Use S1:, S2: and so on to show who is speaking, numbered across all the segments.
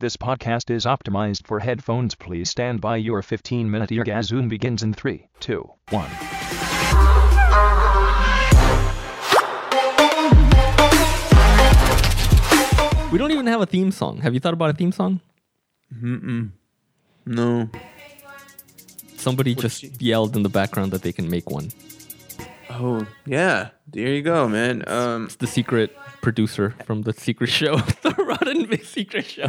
S1: This podcast is optimized for headphones. Please stand by. Your 15 minute eargasm begins in 3, 2, 1.
S2: We don't even have a theme song. Have you thought about a theme song?
S3: No.
S2: Somebody just
S3: she-
S2: yelled in the background that they can make one.
S3: Oh yeah. There you go, man. Um,
S2: It's the secret producer from the secret show, the Rod and Vic secret show.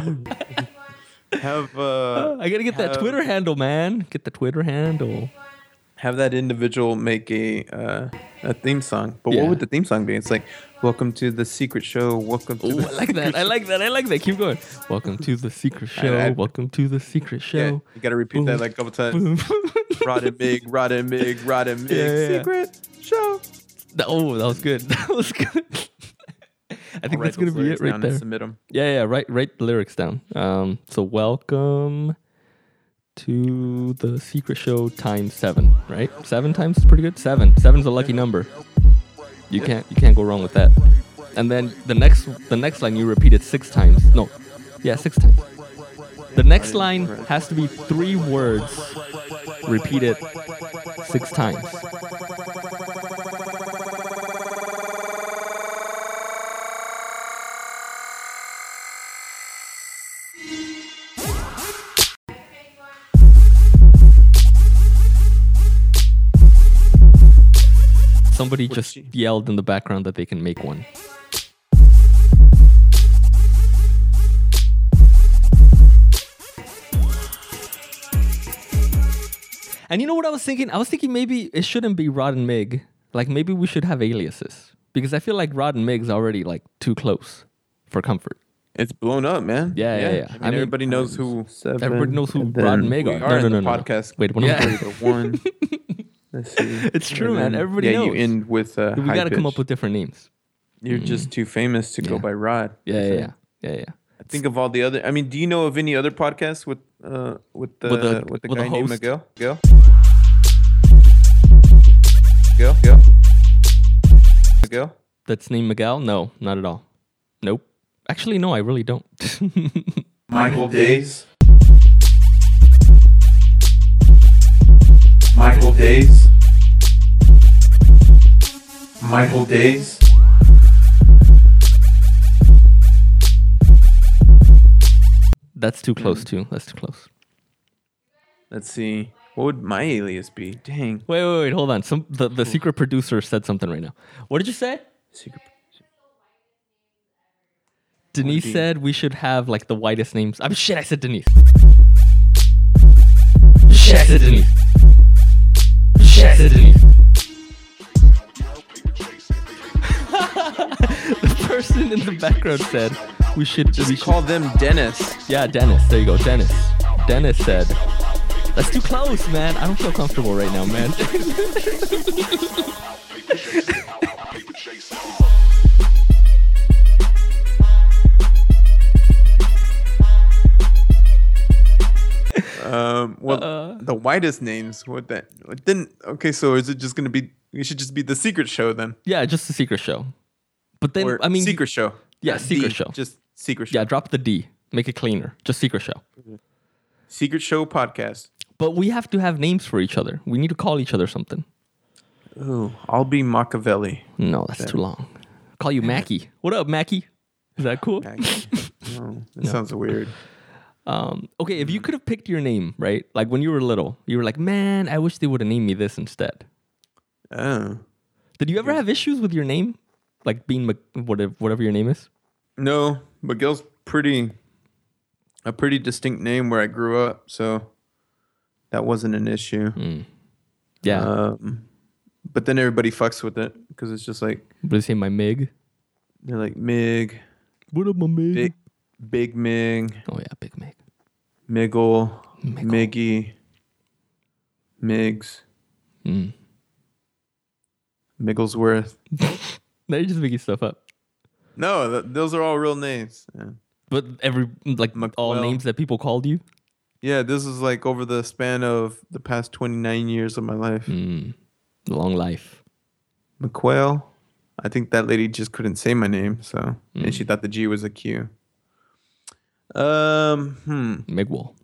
S3: have uh,
S2: I gotta get that
S3: have-
S2: Twitter handle, man. Get the Twitter handle.
S3: have that individual make a uh, a theme song. But
S2: Yeah.
S3: what would the theme song be? It's like, welcome to the secret show. Welcome to.
S2: Ooh,
S3: the
S2: I like that. I like that. I like that. Keep going. Welcome to the secret show.
S3: I-
S2: Welcome to the secret
S3: Yeah,
S2: show.
S3: you gotta repeat
S2: Boom.
S3: that like a couple times.
S2: Boom.
S3: Rod and Mig, Rod and Mig, Rod and Mig.
S2: Yeah, yeah, yeah.
S3: Secret show.
S2: That- oh, that was good. That was good. I think that's gonna be it right there.
S3: Submit them.
S2: Yeah, yeah. Write write the lyrics down. Um, so welcome to the secret show times seven. Right, seven times is pretty good. Seven. Seven's a lucky number. You can't you can't go wrong with that. And then the next the next line you repeat it six times. No, yeah, six times. The next line has to be three words repeated six times. Somebody just
S3: she-
S2: yelled in the background that they can make one. And you know what I was thinking? I was thinking maybe it shouldn't be Rod and Mig. Like maybe we should have aliases because I feel like Rod and Mig's already like too close for comfort.
S3: It's blown up, man.
S2: Yeah, yeah, yeah.
S3: I mean,
S2: I mean,
S3: everybody knows who.
S2: Everybody knows who
S3: and
S2: Rod and
S3: then
S2: Meg
S3: we
S2: are.
S3: are
S2: No,
S3: in
S2: no, no,
S3: the
S2: no.
S3: podcast.
S2: Wait, what am I-
S3: Three to one. Let's see.
S2: It's true,
S3: And
S2: man.
S3: then-
S2: Everybody
S3: yeah,
S2: knows.
S3: you end with uh,
S2: We
S3: high
S2: got to come
S3: pitch.
S2: up with different names.
S3: You're just too famous to go
S2: Yeah.
S3: by Rod.
S2: Yeah, yeah, yeah, yeah, yeah.
S3: I think of all the other. I mean, do you know of any other podcasts with uh with the
S2: With
S3: with,
S2: a-
S3: the
S2: with a
S3: guy named
S2: host.
S3: Miguel? Miguel. Miguel. Miguel. Miguel.
S2: That's named Miguel? No, not at all. Nope. Actually, no, I really don't.
S4: Michael Days. Michael Days. Michael Days.
S2: That's too close, too. That's too close.
S3: Let's see. What would my alias be? Dang.
S2: Wait, wait, wait. Hold on. Some the, the secret producer said something right now. What did you say?
S3: Secret.
S2: Denise
S3: Fourteen.
S2: said we should have like the whitest names. I mean, shit, I said Denise. Shit, I said Denise. Shit, I said Denise. the person in the background said we should
S3: Just
S2: we should-
S3: call them Dennis.
S2: Yeah, Dennis. There you go, Dennis. Dennis said, "That's too close, man. I don't feel comfortable right now, man."
S3: Um. Well,
S2: Uh-uh.
S3: the whitest names. What that? Then okay. So is it just gonna be? We should just be the secret show then.
S2: yeah, just the secret show. But then,
S3: Or
S2: I mean,
S3: secret show.
S2: yeah,
S3: Not
S2: secret
S3: D,
S2: show.
S3: Just secret show.
S2: Yeah, drop the D. Make it cleaner. Just secret show.
S3: Secret show podcast.
S2: But we have to have names for each other. We need to call each other something.
S3: Ooh, I'll be Machiavelli.
S2: No, that's too long. Call you Mackie. What up, Mackie? Is that cool?
S3: no, Oh, that sounds weird.
S2: Um, okay, if you could have picked your name, right? Like when you were little, you were like, man, I wish they would have named me this instead.
S3: Oh.
S2: Did you ever have issues with your name? Like being Mc- whatever, whatever your name is?
S3: No, Miguel's pretty a pretty distinct name where I grew up, so that wasn't an issue.
S2: Hmm. Yeah.
S3: Um, but then everybody fucks with it because it's just like
S2: what do you say, my Mig?
S3: they're like Mig,
S2: What up, my Mig?
S3: Big, Big Mig,
S2: Oh, yeah, Big Mig.
S3: Miggle,
S2: Miggle.
S3: Miggy, Migs,
S2: Mm.
S3: Migglesworth.
S2: Now you're just making stuff up.
S3: No, th- those are all real names. Yeah.
S2: But every, like, all
S3: McQuell.
S2: names that people called you?
S3: Yeah, this is like over the span of the past 29 years of my life.
S2: Mm. Long life.
S3: McQuail.
S2: Hmm.
S3: I think that lady just couldn't say my name, so and she thought the G was a Q. Um, hmm.
S2: Migwal.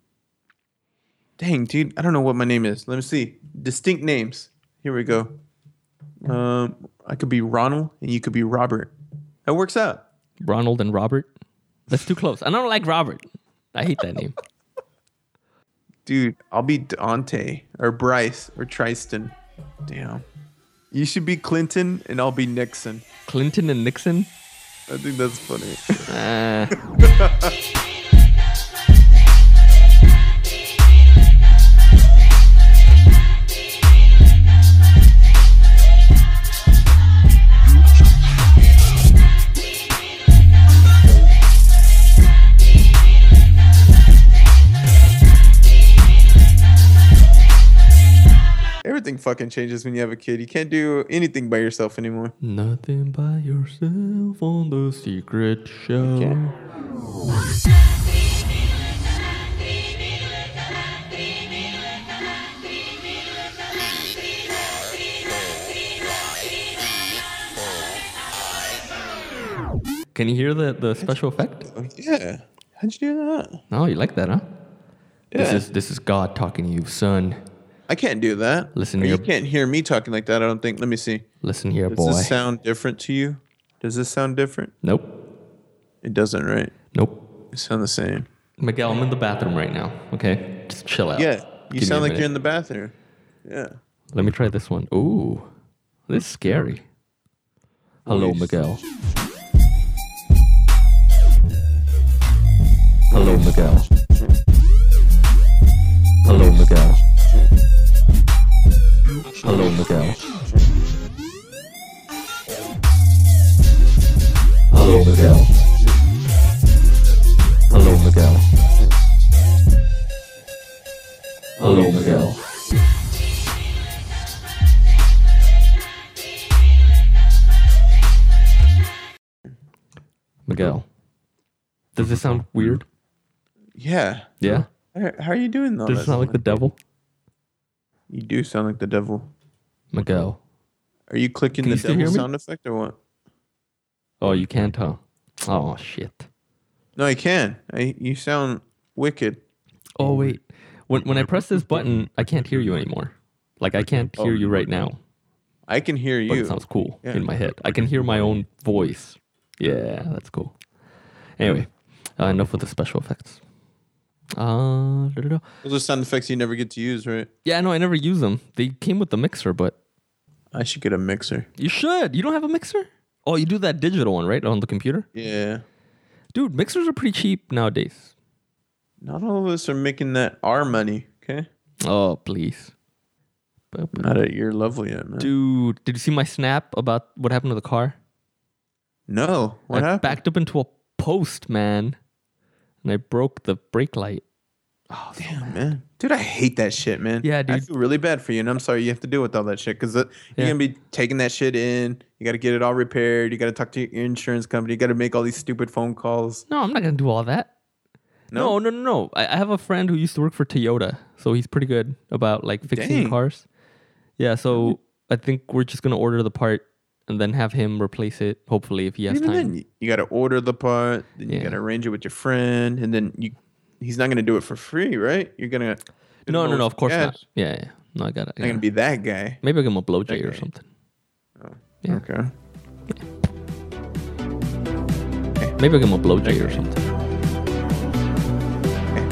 S3: Dang, dude, I don't know what my name is. Let me see. Distinct names. Here we go. Um, I could be Ronald and you could be Robert. That works out.
S2: Ronald and Robert. That's too close. I don't like Robert. I hate that name.
S3: Dude, I'll be Dante or Bryce or Tristan. Damn. You should be Clinton and I'll be Nixon.
S2: Clinton and Nixon.
S3: I think that's funny.
S2: Uh,
S3: Everything fucking changes when you have a kid. You can't do anything by yourself anymore.
S2: nothing by yourself on the secret show. Can you hear the, the special effect?
S3: Yeah. How'd you do that?
S2: No, you like that, huh? This
S3: Yeah.
S2: is this is God talking to you, son.
S3: I can't do that.
S2: Listen
S3: Or
S2: to
S3: you
S2: your-
S3: can't hear me talking like that. I don't think. Let me see.
S2: Listen here,
S3: Does
S2: boy.
S3: this sound different to you? Does this sound different?
S2: nope.
S3: It doesn't, right?
S2: Nope.
S3: You sound the same.
S2: Miguel, I'm in the bathroom right now. Okay? Just chill out.
S3: Yeah, you
S2: Give me a
S3: sound like you're
S2: minute.
S3: in the bathroom. Yeah.
S2: Let me try this one. Ooh. This is scary. Hello,
S3: Holy
S2: Miguel. Hello, Miguel. Hello, Miguel. Hello, Miguel. Hello, Miguel. Hello, Miguel. Hello, Miguel. Miguel. Does this sound weird?
S3: Yeah.
S2: Yeah.
S3: How how are you doing though?
S2: Does it sound like the devil?
S3: You do sound like the devil.
S2: Miguel.
S3: Are you clicking
S2: Can
S3: the
S2: you still hear
S3: devil
S2: me?
S3: sound effect or what?
S2: Oh, you can't, huh? Oh shit.
S3: No, I can. I you sound wicked.
S2: Oh wait. When when I press this button, I can't hear you anymore. Like I can't hear you right now.
S3: I can hear
S2: But it
S3: you.
S2: sounds cool
S3: Yeah.
S2: in my head. I can hear my own voice. Yeah, that's cool. Anyway, uh, enough with the special effects. Uh, da-da-da.
S3: Those are sound effects you never get to use, right?
S2: yeah, no, I never use them. They came with the mixer, but
S3: I should get a mixer.
S2: you should. You don't have a mixer? Oh, you do that digital one, right? On the computer?
S3: Yeah.
S2: Dude, mixers are pretty cheap nowadays.
S3: Not all of us are making that R money, okay?
S2: Oh, please. But- but-
S3: Not at your level yet, man.
S2: Dude, did you see my snap about what happened to the car?
S3: No. What
S2: I
S3: happened?
S2: backed up into a post, man. And I broke the brake light. Oh, so-
S3: Damn, man. Dude, I hate that shit, man.
S2: Yeah,
S3: I
S2: dude.
S3: feel really bad for you, and I'm sorry you have to deal with all that shit because you're
S2: Yeah.
S3: going to be taking that shit in. You got to get it all repaired. You got to talk to your insurance company. You got to make all these stupid phone calls.
S2: No, I'm not going to do all that. No, no,
S3: No?
S2: no, no. I, I have a friend who used to work for Toyota, so he's pretty good about like fixing
S3: Dang.
S2: cars. Yeah, so I think we're just going to order the part and then have him replace it, hopefully, if he has
S3: Even
S2: time.
S3: then, you- you got to order the part. Then you
S2: Yeah.
S3: got to arrange it with your friend. And then you, he's not going to do it for free, right? You're going to.
S2: no, no, no, of course not. Yeah, yeah. No, I got it.
S3: Not going to be that guy.
S2: Maybe I'll give him a blowjay or
S3: Okay.
S2: something. Yeah.
S3: Okay.
S2: Maybe I'll give him a blowjay or something.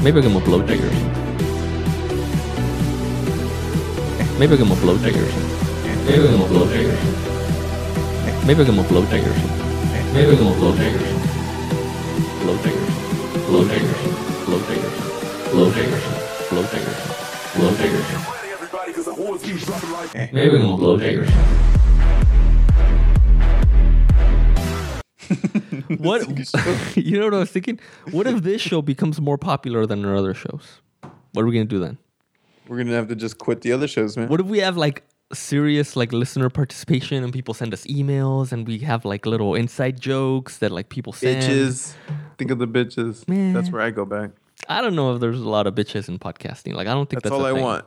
S2: Maybe I'll give him a blowjay or something. Maybe I'll give him a blowjay or something. Maybe I'll give him a blowjay or something. Maybe I'll give him a blowjay or something. Maybe I'll give him a blowjay or something. Blowjay or something. Blowjay or something. Blowjay or something. Blowjay or something. Blowjay or something. Blowjay or something. Maybe I'll give him a blowjay or something. What you know what I was thinking? What if this show becomes more popular than our other shows? What are we gonna do then?
S3: We're going to have to just quit the other shows, man.
S2: What if we have like serious like listener participation and people send us emails and we have like little inside jokes that like people send?
S3: bitches. Think of the bitches. That's
S2: Man.
S3: where I go back.
S2: I don't know if there's a lot of bitches in podcasting. Like I don't think
S3: That's,
S2: that's,
S3: all
S2: a
S3: I
S2: thing.
S3: want.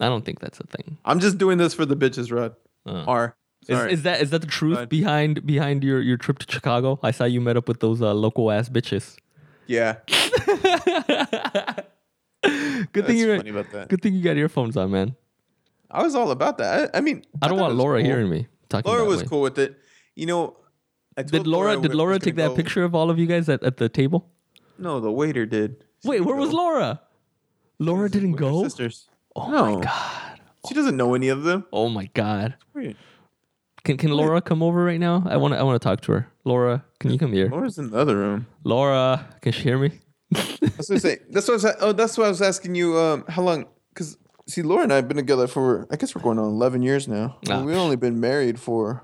S2: I don't think that's a thing.
S3: I'm just doing this for the bitches, Rod. R.
S2: Oh. Is,
S3: Sorry.
S2: is that is that the truth
S3: Sorry.
S2: behind behind your, your trip to Chicago? I saw you met up with those uh, local ass bitches.
S3: Yeah.
S2: Good thing
S3: That's
S2: you're.
S3: funny about that.
S2: Good thing you got earphones on, man.
S3: I was all about that. I, I mean,
S2: I don't
S3: thought
S2: want
S3: it was
S2: Laura
S3: cool.
S2: hearing me talking.
S3: Laura
S2: that
S3: was
S2: way.
S3: cool with it. You know, I told
S2: Did Laura?
S3: when
S2: Did
S3: I
S2: Laura
S3: was
S2: take
S3: gonna
S2: that
S3: go-
S2: picture of all of you guys at, at the table?
S3: No, the waiter did. She
S2: Wait,
S3: didn't
S2: where was
S3: go.
S2: Laura? Laura didn't
S3: With her
S2: go.
S3: Sisters.
S2: Oh
S3: No.
S2: my god.
S3: She doesn't know any of them.
S2: Oh my god.
S3: Weird.
S2: Can can Laura come over right now? I want to I want to talk to her. Laura, can you come here?
S3: Laura's in the other room.
S2: Laura, can she hear me?
S3: That's what I say. That's what I was. Oh, that's why I was asking you. Um, how long? Because see, Laura and I have been together for. I guess we're going on eleven years now.
S2: Ah.
S3: We've only been married for.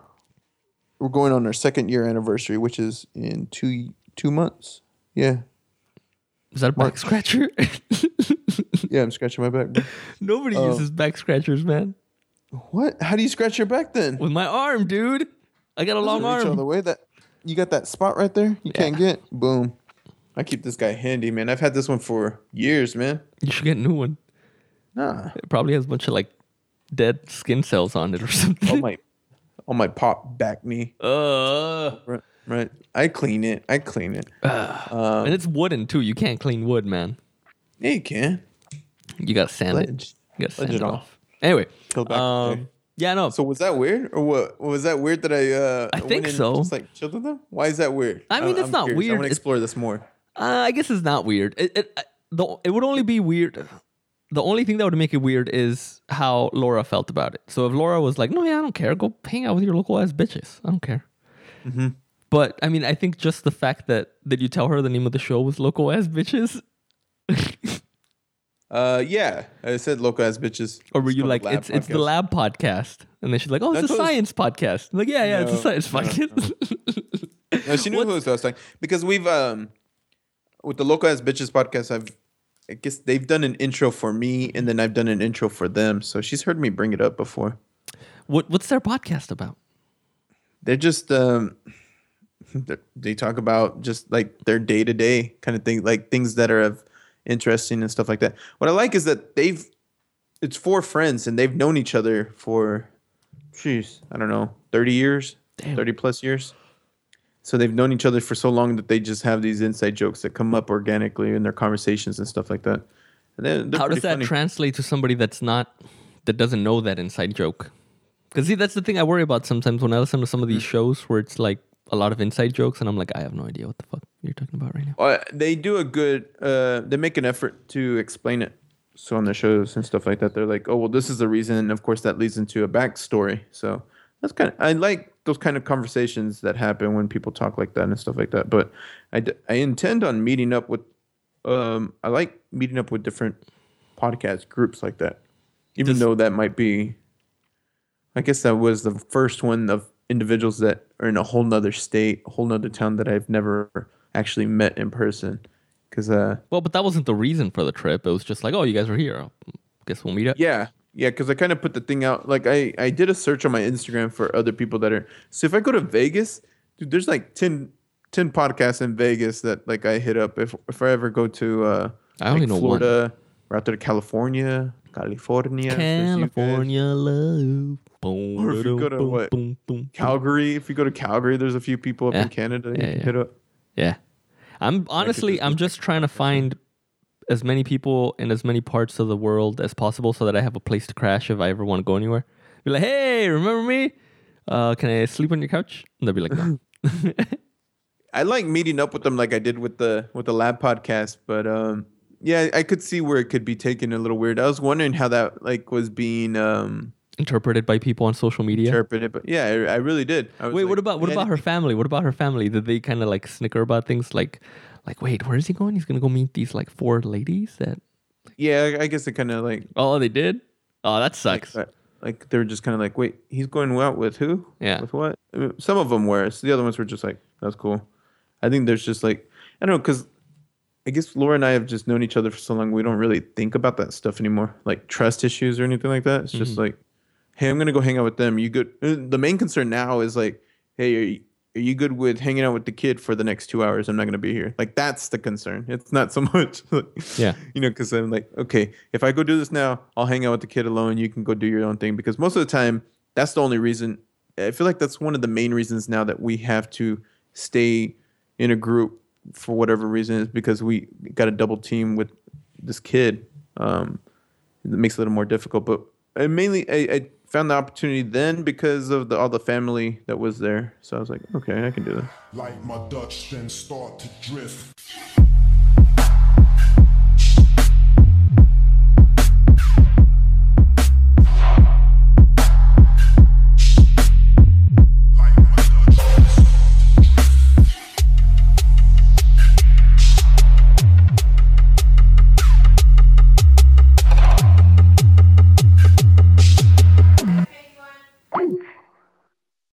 S3: We're going on our second year anniversary, which is in two two months. Yeah,
S2: Is that a back scratcher?
S3: yeah. I'm scratching my back. bro.
S2: Nobody
S3: Oh.
S2: uses back scratchers, man.
S3: What? How do you scratch your back then?
S2: With my arm, dude. I got a long
S3: Reach all the
S2: arm.
S3: way. That you got that spot right there. You can't get. Boom. I keep this guy handy, man. I've had this one for years, man.
S2: You should get a new one.
S3: Nah,
S2: It probably has a bunch of like dead skin cells on it or something.
S3: all Oh my, all my pop back knee.
S2: Uh,
S3: Right, right. I clean it. I clean it.
S2: and it's wooden too. You can't clean wood, man.
S3: Yeah, you can.
S2: You gotta sand
S3: Ledge.
S2: it. You gotta sand
S3: Ledge
S2: it
S3: it
S2: off.
S3: off.
S2: Anyway,
S3: Go back
S2: um,
S3: there.
S2: yeah, no.
S3: So was that weird, or what? Was that weird that I? Uh,
S2: I
S3: went
S2: think
S3: in and
S2: so.
S3: Just like chilled with them. Why is that weird?
S2: I mean,
S3: I'm-
S2: it's
S3: I'm
S2: not
S3: curious.
S2: weird.
S3: I want to
S2: It's-
S3: explore this more.
S2: Uh, I guess it's not weird. It it I- the it would only be weird. The only thing that would make it weird is how Laura felt about it. So if Laura was like, "No, yeah, I don't care. Go hang out with your local ass bitches. I don't care."
S3: Mm-hmm.
S2: But I mean, I think just the fact that did you tell her the name of the show was local ass bitches,
S3: Uh, yeah, I said local ass bitches.
S2: or were
S3: It's
S2: you
S3: called
S2: like,
S3: Lab
S2: "It's it's the
S3: Podcast.
S2: lab podcast," and then she's like, "Oh, it's
S3: That's
S2: a
S3: what it was-
S2: science podcast." I'm like, yeah, yeah, it's a
S3: No,
S2: science podcast.
S3: No, she knew who it was. I was like, because we've um, with the local ass bitches podcast, I've, I guess they've done an intro for me, and then I've done an intro for them. So she's heard me bring it up before.
S2: what what's their podcast about?
S3: they're just um they're- they talk about just like their day-to-day kind of thing like things that are of interesting and stuff like that what i like is that they've it's four friends and they've known each other for jeez i don't know 30 years 30 plus years so they've known each other for so long that they just have these inside jokes that come up organically in their conversations and stuff like that and they're, they're
S2: How
S3: pretty
S2: does that
S3: funny.
S2: translate to somebody that's not that doesn't know that inside joke? Because see, that's the thing I worry about sometimes when I listen to some of these
S3: Hmm.
S2: shows where it's like a lot of inside jokes, and I'm like, I have no idea what the fuck you're talking about right now.
S3: Uh, they do a good uh they make an effort to explain it so on their shows and stuff like that they're like oh well this is the reason and of course that leads into a backstory so that's kind of i like those kind of conversations that happen when people talk like that and stuff like that but i, d- I intend on meeting up with um i like meeting up with different podcast groups like that even though that might be i guess that was the first one of individuals that are in a whole nother state a whole nother town that i've never actually met in person because uh
S2: Well, but that wasn't the reason for the trip. It was just like, oh, you guys are here. Guess we'll meet up.
S3: yeah yeah because i kind of put the thing out like i i did a search on my instagram for other people that are so if i go to vegas dude there's like 10 10 podcasts in vegas that like i hit up if if i ever go to uh
S2: I only
S3: like,
S2: know one.
S3: florida we're out there to california california if there's you guys.
S2: California love. Boom,
S3: Or if you go to
S2: boom,
S3: what?
S2: boom, boom.
S3: Calgary. If you go to Calgary, there's a few people up
S2: Yeah.
S3: in Canada. You
S2: Yeah,
S3: can
S2: yeah.
S3: hit up.
S2: Yeah. I'm honestly, I'm just trying to find as many people in as many parts of the world as possible so that I have a place to crash if I ever want to go anywhere. Be like, hey, remember me? Uh, can I sleep on your couch? And they'll be like, no.
S3: I like meeting up with them, like I did with the with the lab podcast. But um, yeah, I could see where it could be taken a little weird. I was wondering how that like was being um
S2: interpreted by people on social media.
S3: interpreted, but yeah, I, I really did. I was
S2: Wait, what
S3: like,
S2: about what
S3: yeah,
S2: about her family? What about her family? Did they kind of like snicker about things like, like, wait, where is he going? He's gonna go meet these like four ladies that.
S3: Yeah, I- I guess it kind of like
S2: Oh, they did. Oh, that sucks.
S3: like, like, they were just kind of like, wait, he's going out with who?
S2: Yeah.
S3: with what? I mean, some of them were. So the other ones were just like, that's cool. I think there's just like I don't know because. I guess Laura and I have just known each other for so long. We don't really think about that stuff anymore, like trust issues or anything like that. It's just
S2: Mm-hmm.
S3: like, hey, I'm gonna go hang out with them. You good? uh, The main concern now is like, hey, are you, are you good with hanging out with the kid for the next two hours? I'm not gonna be here. Like that's the concern. It's not so much. like,
S2: Yeah.
S3: You know, because I'm like, okay, if I go do this now, I'll hang out with the kid alone. You can go do your own thing. Because most of the time, that's the only reason. I feel like that's one of the main reasons now that we have to stay in a group for whatever reason is because we got a double team with this kid. Um, it makes it a little more difficult. But I mainly I, I found the opportunity then because of the, all the family that was there. So I was like, okay, I can do this.
S5: Light my Dutch, then start to drift.